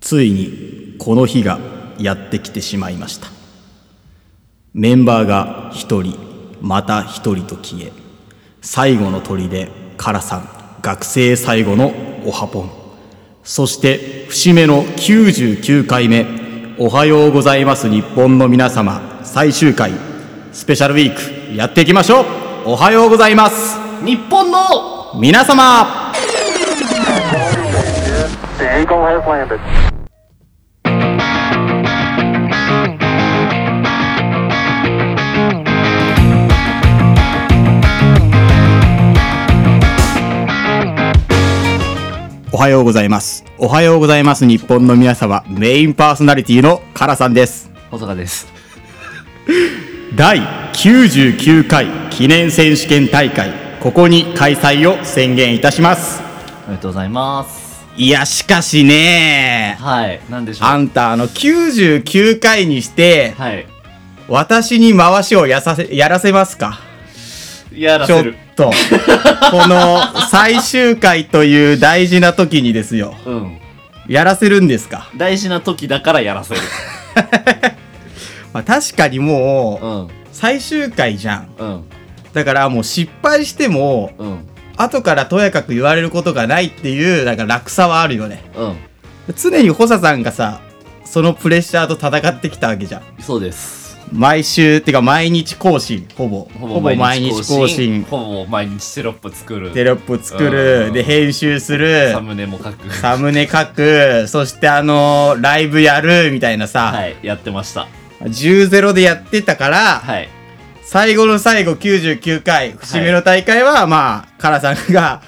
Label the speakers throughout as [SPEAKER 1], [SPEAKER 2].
[SPEAKER 1] ついにこの日がやってきてしまいましたメンバーが一人また一人と消え最後の砦からさん学生最後のおはぽんそして節目の99回目おはようございます日本の皆様最終回スペシャルウィークやっていきましょうおはようございます
[SPEAKER 2] 日本の
[SPEAKER 1] 皆様
[SPEAKER 3] The Eagle has landed.
[SPEAKER 1] おはようございますおはようございます日本の皆様メインパーソナリティのカラさんです
[SPEAKER 2] 保坂です
[SPEAKER 1] 第99回記念選手権大会ここに開催を宣言いたします
[SPEAKER 2] おめでとうございます
[SPEAKER 1] いやしかしね
[SPEAKER 2] はいなんでしょう
[SPEAKER 1] あんたあの99回にして
[SPEAKER 2] はい
[SPEAKER 1] 私に回しをやさせやらせますか
[SPEAKER 2] やら
[SPEAKER 1] ちょ
[SPEAKER 2] せ
[SPEAKER 1] っ
[SPEAKER 2] る
[SPEAKER 1] とこの最終回という大事な時にですよ
[SPEAKER 2] うん
[SPEAKER 1] やらせるんですか、
[SPEAKER 2] 大事な時だからやらせる
[SPEAKER 1] まあ、確かにもう、
[SPEAKER 2] うん
[SPEAKER 1] 最終回じゃん
[SPEAKER 2] うん
[SPEAKER 1] だからもう失敗しても
[SPEAKER 2] うん
[SPEAKER 1] 後からとやかく言われることがないっていうなんか楽さはあるよね
[SPEAKER 2] うん
[SPEAKER 1] 常に補佐さんがさそのプレッシャーと戦ってきたわけじゃん
[SPEAKER 2] そうです
[SPEAKER 1] 毎週ってか毎日更新ほぼ
[SPEAKER 2] ほぼ毎日テロップ作る
[SPEAKER 1] テロップ作
[SPEAKER 2] う
[SPEAKER 1] る
[SPEAKER 2] ん
[SPEAKER 1] で編集する
[SPEAKER 2] サムネも書く
[SPEAKER 1] サムネ書くそしてあのーライブやるみたいなさ、
[SPEAKER 2] はいやってました
[SPEAKER 1] 10ゼロでやってたから、
[SPEAKER 2] はい
[SPEAKER 1] 最後の最後99回節目の大会は、まあカラさんが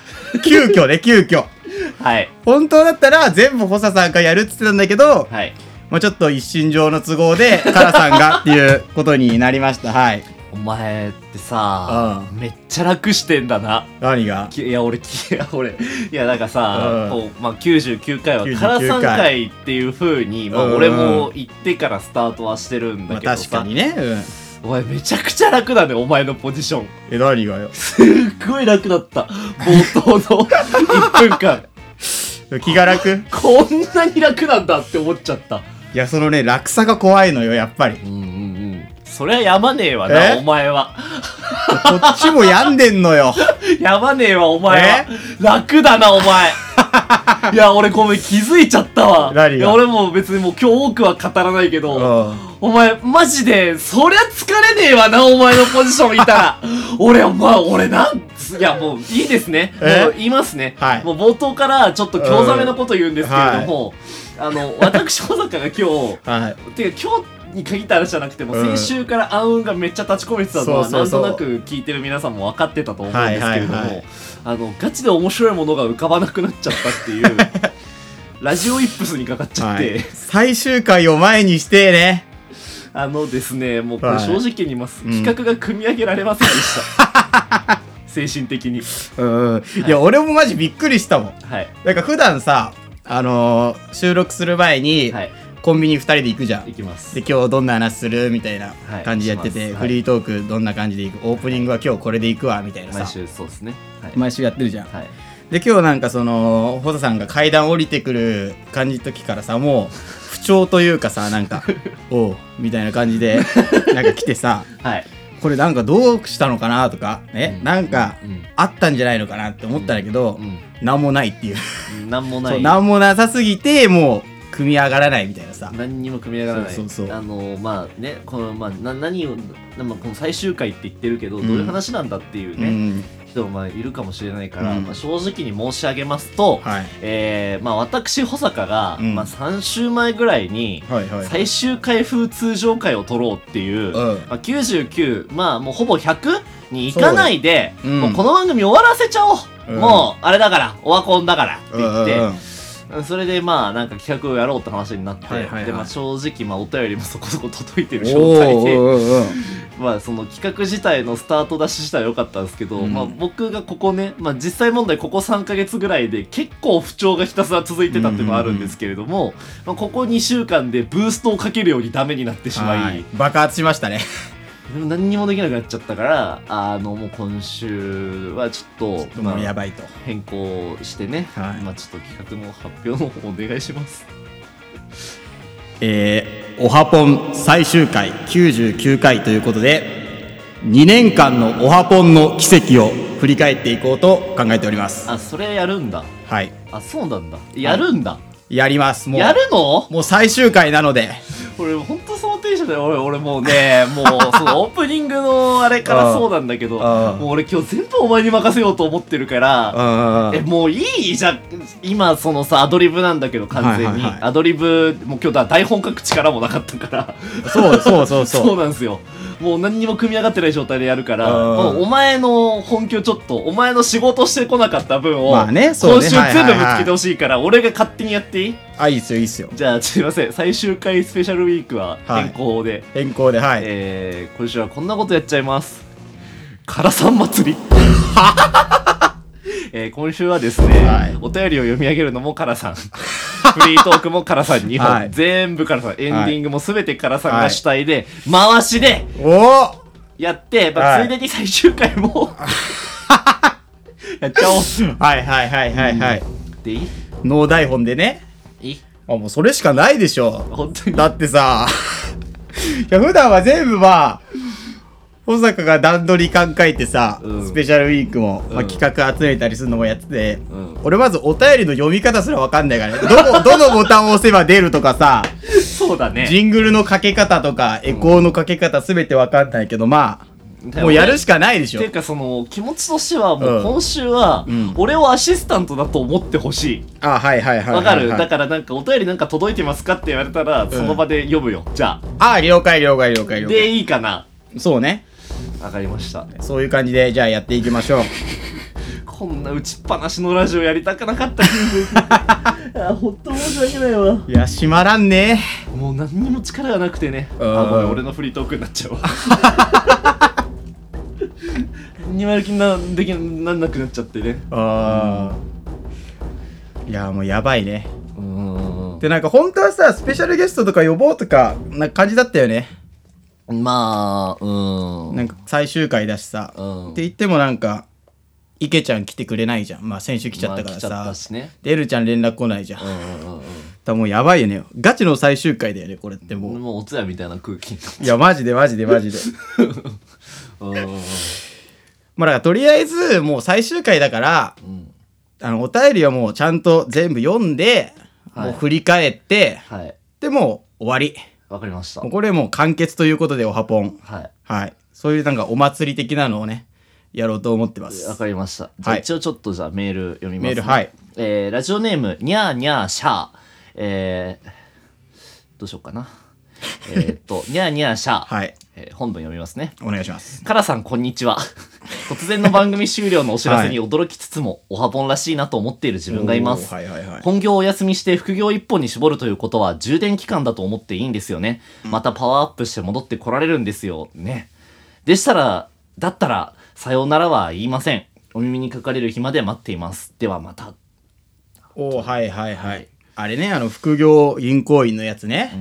[SPEAKER 1] 急遽ね急遽
[SPEAKER 2] はい
[SPEAKER 1] 本当だったら全部補佐さんがやるって言ってたんだけど、
[SPEAKER 2] はい
[SPEAKER 1] まあ、ちょっと一身上の都合でカラさんがっていうことになりましたはい
[SPEAKER 2] お前ってさ
[SPEAKER 1] う
[SPEAKER 2] めっちゃ楽してんだな
[SPEAKER 1] 何が
[SPEAKER 2] きいや俺きいや俺いやなんかさ、
[SPEAKER 1] う
[SPEAKER 2] こうまあ、99回は
[SPEAKER 1] 99
[SPEAKER 2] 唐3回っていうふうに、まあ
[SPEAKER 1] うんうん
[SPEAKER 2] 俺も行ってからスタートはしてるん
[SPEAKER 1] ま
[SPEAKER 2] だ
[SPEAKER 1] あ
[SPEAKER 2] けど
[SPEAKER 1] 確
[SPEAKER 2] さ、
[SPEAKER 1] かにね、うん、
[SPEAKER 2] お前めちゃくちゃ楽だねお前のポジション
[SPEAKER 1] え何がよ
[SPEAKER 2] すっごい楽だった冒頭の1分間
[SPEAKER 1] 気が楽
[SPEAKER 2] こんなに楽なんだって思っちゃった
[SPEAKER 1] いやそのね落差が怖いのよやっぱり
[SPEAKER 2] うんうんうんそりゃやまねえわな
[SPEAKER 1] え
[SPEAKER 2] お前は
[SPEAKER 1] こっちも病んでんの よ
[SPEAKER 2] やまねえわお前は楽だなお 前いや俺ごめん気づいちゃったわ
[SPEAKER 1] 何が
[SPEAKER 2] いや俺も別にもう今日多くは語らないけど、
[SPEAKER 1] うん
[SPEAKER 2] お前、マジで、そりゃ疲れねえわな、お前のポジションいたら。 俺、お前、俺なんつ、いや、もう、いいですね。
[SPEAKER 1] え
[SPEAKER 2] もう、言いますね。
[SPEAKER 1] はい
[SPEAKER 2] もう、冒頭から、ちょっと興ざめのこと言うんですけれども、あの、私、小坂が今日、
[SPEAKER 1] はい
[SPEAKER 2] てか、今日に限った話じゃなくても、
[SPEAKER 1] うん
[SPEAKER 2] 先週から暗雲がめっちゃ立ち込めてたのは、
[SPEAKER 1] そうそうそう
[SPEAKER 2] なんとなく聞いてる皆さんも分かってたと思うんですけれども、
[SPEAKER 1] はいはいはい
[SPEAKER 2] あの、ガチで面白いものが浮かばなくなっちゃったって いう、ラジオイップスにかかっちゃっ
[SPEAKER 1] は
[SPEAKER 2] て、
[SPEAKER 1] い、最終回を前にしてね
[SPEAKER 2] あのですね、もうこれ
[SPEAKER 1] はい
[SPEAKER 2] 正直に言います、
[SPEAKER 1] うん
[SPEAKER 2] 企画が組み上げられませんでした。 精神的に。
[SPEAKER 1] うんうんいや、俺もマジびっくりしたもん
[SPEAKER 2] はい。
[SPEAKER 1] なんか普段さあのー収録する前に、
[SPEAKER 2] はい。
[SPEAKER 1] コンビニ2人で行くじゃん
[SPEAKER 2] い
[SPEAKER 1] で
[SPEAKER 2] きます。
[SPEAKER 1] 今日どんな話するみたいな
[SPEAKER 2] はい
[SPEAKER 1] 感じでやってて、
[SPEAKER 2] します
[SPEAKER 1] フリートークどんな感じで行くオープニングは今日これで行くわみたいなさ
[SPEAKER 2] 毎週そうですね。はい。
[SPEAKER 1] 毎週やってるじゃん
[SPEAKER 2] はい。
[SPEAKER 1] で今日なんかそのホ田さんが階段降りてくる感じの時からさもう不調というかさなん か「おう」みたいな感じでなんか来てさ
[SPEAKER 2] はい。
[SPEAKER 1] これなんかどうしたのかなとかね、
[SPEAKER 2] うん
[SPEAKER 1] なんか
[SPEAKER 2] うん
[SPEAKER 1] あったんじゃないのかなって思ったんだけど、
[SPEAKER 2] う
[SPEAKER 1] なんもないっていう,、
[SPEAKER 2] ん。なんもな
[SPEAKER 1] そう
[SPEAKER 2] い。
[SPEAKER 1] なんもなさすぎてもう組み上がらないみたいなさ、
[SPEAKER 2] 何にも組み上がらない。
[SPEAKER 1] そうそうそう
[SPEAKER 2] あのまあね、この、まあ、な何を、まあ、この最終回って言ってるけど、
[SPEAKER 1] うん
[SPEAKER 2] どういう話なんだっていう
[SPEAKER 1] う
[SPEAKER 2] ね、
[SPEAKER 1] ん
[SPEAKER 2] 人もまあいるかもしれないから、
[SPEAKER 1] うん
[SPEAKER 2] まあ、正直に申し上げますと、
[SPEAKER 1] はい、
[SPEAKER 2] えー、まあ私、保坂が、
[SPEAKER 1] うん
[SPEAKER 2] まあ3週前ぐらいに、
[SPEAKER 1] はいはい
[SPEAKER 2] 最終回風通常回を取ろうっていう、
[SPEAKER 1] うん
[SPEAKER 2] まあ、99まあもうほぼ100に行かないで、
[SPEAKER 1] そうだねうん
[SPEAKER 2] もうこの番組終わらせちゃおう、
[SPEAKER 1] うん
[SPEAKER 2] もうあれだからオワコンだからっ
[SPEAKER 1] う
[SPEAKER 2] て
[SPEAKER 1] ん
[SPEAKER 2] 言って、
[SPEAKER 1] うんうん
[SPEAKER 2] それでまあなんか企画をやろうって話になって、
[SPEAKER 1] はいはいはい
[SPEAKER 2] でまあ、正直まあお便りもそこそこ届いてる状態
[SPEAKER 1] お
[SPEAKER 2] で、
[SPEAKER 1] ーうんうん
[SPEAKER 2] まあその企画自体のスタートダッシュ自体は良かったんですけど、
[SPEAKER 1] うん
[SPEAKER 2] まあ僕がここね、まあ実際問題ここ3ヶ月ぐらいで結構不調がひたすら続いてたっていうのはあるんですけれども、まあここ2週間でブーストをかけるようにダメになってしま
[SPEAKER 1] はいい、爆発しましたね
[SPEAKER 2] 何にもできなくなっちゃったから、あのもう今週はちょっと、
[SPEAKER 1] も
[SPEAKER 2] ま
[SPEAKER 1] うや
[SPEAKER 2] あ
[SPEAKER 1] ばいと
[SPEAKER 2] 変更してね、
[SPEAKER 1] はい
[SPEAKER 2] まあちょっと企画の発表の方お願いします。
[SPEAKER 1] えー、オハポン最終回99回ということで2年間のオハポンの奇跡を振り返っていこうと考えております
[SPEAKER 2] あそれやるんだ
[SPEAKER 1] はい
[SPEAKER 2] あそうなんだやるんだ、
[SPEAKER 1] やりますもう
[SPEAKER 2] やるの
[SPEAKER 1] もう最終回なので
[SPEAKER 2] 俺本当そのテンションで俺俺もうね もうそのオープニングのあれからそうなんだけど
[SPEAKER 1] うん
[SPEAKER 2] もう俺今日全部お前に任せようと思ってるから
[SPEAKER 1] あ
[SPEAKER 2] えもういいじゃん今そのさアドリブなんだけど完全に、
[SPEAKER 1] はいはいはい
[SPEAKER 2] アドリブもう今日だ台本書く力もなかったから
[SPEAKER 1] そうそうそう
[SPEAKER 2] そ
[SPEAKER 1] そうう
[SPEAKER 2] なんですよもう何にも組み上がってない状態でやるから
[SPEAKER 1] うん
[SPEAKER 2] もうお前の本気をちょっとお前の仕事してこなかった分を、
[SPEAKER 1] まあねそう
[SPEAKER 2] 今
[SPEAKER 1] ね
[SPEAKER 2] 週
[SPEAKER 1] はい
[SPEAKER 2] 全
[SPEAKER 1] はい
[SPEAKER 2] 部
[SPEAKER 1] はい
[SPEAKER 2] ぶつけてほしいから、俺が勝手にやっていい
[SPEAKER 1] あいいっすよいいっすよ
[SPEAKER 2] じゃあすいません最終回スペシャルウィークは
[SPEAKER 1] はい
[SPEAKER 2] 変更で、
[SPEAKER 1] 変更ではい、
[SPEAKER 2] えー、今週はこんなことやっちゃいます。からさん 祭り。えー、今週はですね、
[SPEAKER 1] はい
[SPEAKER 2] お便りを読み上げるのもからさん。フリートークもからさん2 本、
[SPEAKER 1] はい
[SPEAKER 2] 全部からさん、エンディングもすべてからさん
[SPEAKER 1] は
[SPEAKER 2] が
[SPEAKER 1] い
[SPEAKER 2] 主体で、回しで
[SPEAKER 1] おお
[SPEAKER 2] やって、まあ
[SPEAKER 1] はい
[SPEAKER 2] ついでに最終回も、やっちゃおう。
[SPEAKER 1] はいはいはいはいはい、
[SPEAKER 2] でいい
[SPEAKER 1] ノー台本でね
[SPEAKER 2] いい
[SPEAKER 1] あもうそれしかないでしょ
[SPEAKER 2] 本当に。
[SPEAKER 1] だってさいや普段は全部まあ保坂が段取り考えてさ、
[SPEAKER 2] うん
[SPEAKER 1] スペシャルウィークも、まあ
[SPEAKER 2] うん
[SPEAKER 1] 企画集めたりするのもやってて、
[SPEAKER 2] うん
[SPEAKER 1] 俺まずお便りの読み方すら分かんないからねど こどのボタンを押せば出るとかさ
[SPEAKER 2] そうだね。
[SPEAKER 1] ジングルのかけ方とかエコーのかけ方全て分かんないけどまあもうやるしかないでし
[SPEAKER 2] っ
[SPEAKER 1] ょ
[SPEAKER 2] ていうかその気持ちとしてはもううん今週は
[SPEAKER 1] ん
[SPEAKER 2] 俺をアシスタントだと思ってほしい
[SPEAKER 1] あはいはいはい
[SPEAKER 2] わ
[SPEAKER 1] は
[SPEAKER 2] か
[SPEAKER 1] いはい
[SPEAKER 2] るだからなんかお便りなんか届いてますかって言われたらその場で読むよ、じゃあ
[SPEAKER 1] ああ了解了解了解了
[SPEAKER 2] で
[SPEAKER 1] 解
[SPEAKER 2] いいかな
[SPEAKER 1] そうね
[SPEAKER 2] わかりました
[SPEAKER 1] そういう感じでじゃあやっていきましょう
[SPEAKER 2] こんな打ちっぱなしのラジオやりたくな かった あ本当申し訳ないわ
[SPEAKER 1] いや閉まらんね
[SPEAKER 2] もう何にも力がなくてね
[SPEAKER 1] うん
[SPEAKER 2] あごめん俺のフリートークになっちゃうわ 何にもやる気になできなんなくなっちゃってね
[SPEAKER 1] ああいやもうやばいね
[SPEAKER 2] うん
[SPEAKER 1] でなんか本当はさスペシャルゲストとか呼ぼうとかな感じだったよね
[SPEAKER 2] まあうん
[SPEAKER 1] なんか最終回だしさ、
[SPEAKER 2] うん
[SPEAKER 1] って言ってもなんか池ちゃん来てくれないじゃんまあ先週来ちゃったからさ、
[SPEAKER 2] まあ来ちゃったしね
[SPEAKER 1] でエルちゃん連絡来ないじゃん、だか
[SPEAKER 2] うんうんうん
[SPEAKER 1] らもうやばいよねガチの最終回だよねこれってもう、
[SPEAKER 2] もうお通夜みたいな空気に
[SPEAKER 1] いやマジでマジでマジで まあだからとりあえずもう最終回だから
[SPEAKER 2] うん
[SPEAKER 1] あのお便りはもうちゃんと全部読んで、
[SPEAKER 2] はい
[SPEAKER 1] もう振り返って
[SPEAKER 2] はい
[SPEAKER 1] でもう終わり
[SPEAKER 2] わかりました
[SPEAKER 1] もうこれもう完結ということでおはぽん
[SPEAKER 2] はい
[SPEAKER 1] はいそういうなんかお祭り的なのをねやろうと思ってます
[SPEAKER 2] わかりましたじゃあ
[SPEAKER 1] はい
[SPEAKER 2] 一応ちょっとじゃあメール読みます、
[SPEAKER 1] メールはい
[SPEAKER 2] えーラジオネームにゃーにゃーシャーえー、どうしようかなえーっとにゃーにゃーシャー、
[SPEAKER 1] はい
[SPEAKER 2] えー本文読みますね
[SPEAKER 1] お願いします
[SPEAKER 2] カラさん、こんにちは。突然の番組終了のお知らせに驚きつつも、おはぼんらしいなと思っている自分がいます
[SPEAKER 1] おー。はいはいはい
[SPEAKER 2] 本業をお休みして副業一本に絞るということは充電期間だと思っていいんですよね。またパワーアップして戻ってこられるんですよ。ね。でしたら、だったら、さようならは言いません。お耳にかかれる日まで待っています。ではまた。
[SPEAKER 1] おおはいはいはいあれねあの副業銀行員のやつね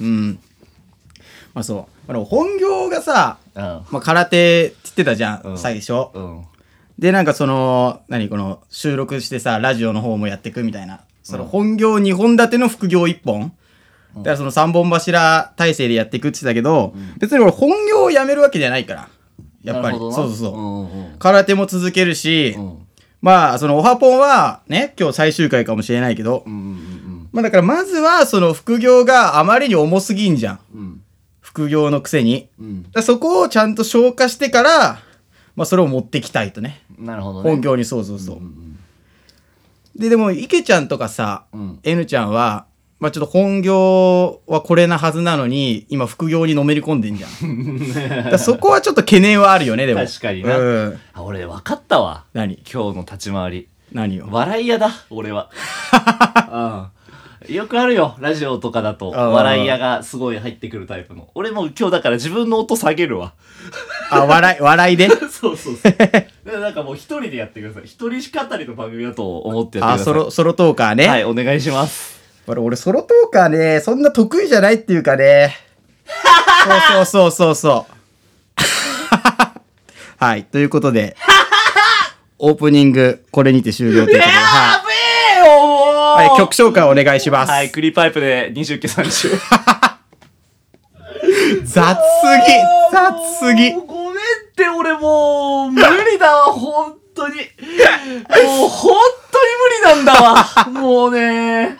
[SPEAKER 1] うん、まあそうあの本業がさ、
[SPEAKER 2] うん。
[SPEAKER 1] まあ、空手って言ってたじゃん、
[SPEAKER 2] うん
[SPEAKER 1] 最初、
[SPEAKER 2] うん。
[SPEAKER 1] でなんかその何この収録してさラジオの方もやってくみたいなその本業2本立ての副業1本、だからその3本柱体制でやっていくって言ってたけど、別に俺本業をやめるわけじゃないからやっぱりそうそうそう、
[SPEAKER 2] う
[SPEAKER 1] 空手も続けるし、
[SPEAKER 2] ん。うん。
[SPEAKER 1] まあそのオハポンはね今日最終回かもしれないけど、
[SPEAKER 2] うん。うん。
[SPEAKER 1] まあだからまずはその副業があまりに重すぎんじゃん
[SPEAKER 2] うん。
[SPEAKER 1] 副業のくせに
[SPEAKER 2] うん。
[SPEAKER 1] だからそこをちゃんと消化してから、まあ、それを持ってきたいとね
[SPEAKER 2] うん。なるほどね。
[SPEAKER 1] 本業にそうそうそう、
[SPEAKER 2] ん
[SPEAKER 1] ででも池ちゃんとかさ、
[SPEAKER 2] うん
[SPEAKER 1] N ちゃんは、まあ、ちょっと本業はこれなはずなのに今副業にのめり込んでんじゃんだ からそこはちょっと懸念はあるよねでも
[SPEAKER 2] 確かにな
[SPEAKER 1] うん、
[SPEAKER 2] あ、俺分かったわ。
[SPEAKER 1] 何
[SPEAKER 2] 今日の立ち回り。
[SPEAKER 1] 何よ
[SPEAKER 2] 笑い屋だ、俺は。うんよくあるよ、ラジオとかだと。
[SPEAKER 1] あー
[SPEAKER 2] 笑い屋がすごい入ってくるタイプの。俺もう今日だから自分の音下げるわ。
[SPEAKER 1] あ笑い笑 いで
[SPEAKER 2] そうそうそう。だからなんかもう一人でやってください。一人しかたりの番組だと思ってやってくだ
[SPEAKER 1] あ
[SPEAKER 2] さい。
[SPEAKER 1] ソロソロトーカーね、
[SPEAKER 2] はい、お願いします。
[SPEAKER 1] 俺俺ソロトーカーねそんな得意じゃないっていうかねそうそうそうそうそう はいということ でオープニングこれにて終了ということで、はい
[SPEAKER 2] べえよ、もう
[SPEAKER 1] はい、曲紹介お願いします。
[SPEAKER 2] はい、クリーパイプで29、30。
[SPEAKER 1] 雑すぎ雑すぎ
[SPEAKER 2] ごめんって、俺もう、無理だ わ、本当に。もう、本当に無理なんだわ。もうね。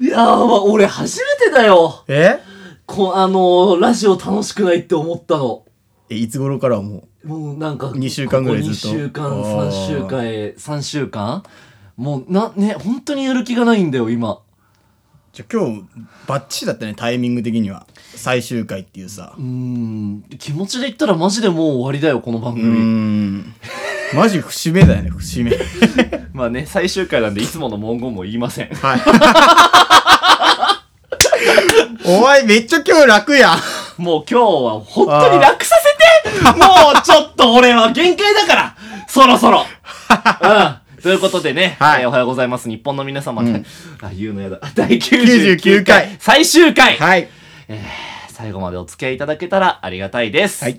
[SPEAKER 2] いやー、ま俺初めてだよ。
[SPEAKER 1] え
[SPEAKER 2] こあのーラジオ楽しくないって思ったの。
[SPEAKER 1] えいつ頃からもう。
[SPEAKER 2] もうなんか、
[SPEAKER 1] 二週間ぐらいずっと
[SPEAKER 2] ここ2週間、
[SPEAKER 1] あー
[SPEAKER 2] 3週間へ、3週間もう、な、ね、本当にやる気がないんだよ、今。
[SPEAKER 1] じゃあ今日、バッチリだったね、タイミング的には。最終回っていうさ
[SPEAKER 2] う。ーん、気持ちで言ったらマジでもう終わりだよ、この番
[SPEAKER 1] うー
[SPEAKER 2] 組。
[SPEAKER 1] ん。マジ節目だよね、節目。
[SPEAKER 2] まあね、最終回なんで、いつもの文言も言いません。
[SPEAKER 1] はい。 お前めっちゃ今日楽やん。
[SPEAKER 2] もう今日は本当に楽させてもうちょっと俺は限界だからそろ そろうん。ということでね、
[SPEAKER 1] はい
[SPEAKER 2] えーおはようございます。日本の皆様、あ、言うのやだ。 第99
[SPEAKER 1] 99
[SPEAKER 2] 回
[SPEAKER 1] 回
[SPEAKER 2] 最終回、
[SPEAKER 1] はい。
[SPEAKER 2] 最後までお付き合いいただけたらありがたいです。
[SPEAKER 1] はい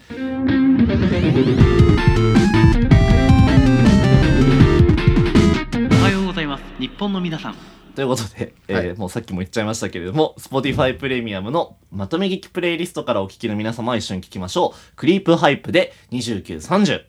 [SPEAKER 4] おはようございます日本の皆さん
[SPEAKER 2] ということで、えー
[SPEAKER 1] はい
[SPEAKER 2] もうさっきも言っちゃいましたけれども、Spotify プレミアムのまとめ劇プレイリストからお聞きの皆様は一緒に聞きましょう。クリープハイプで29、30。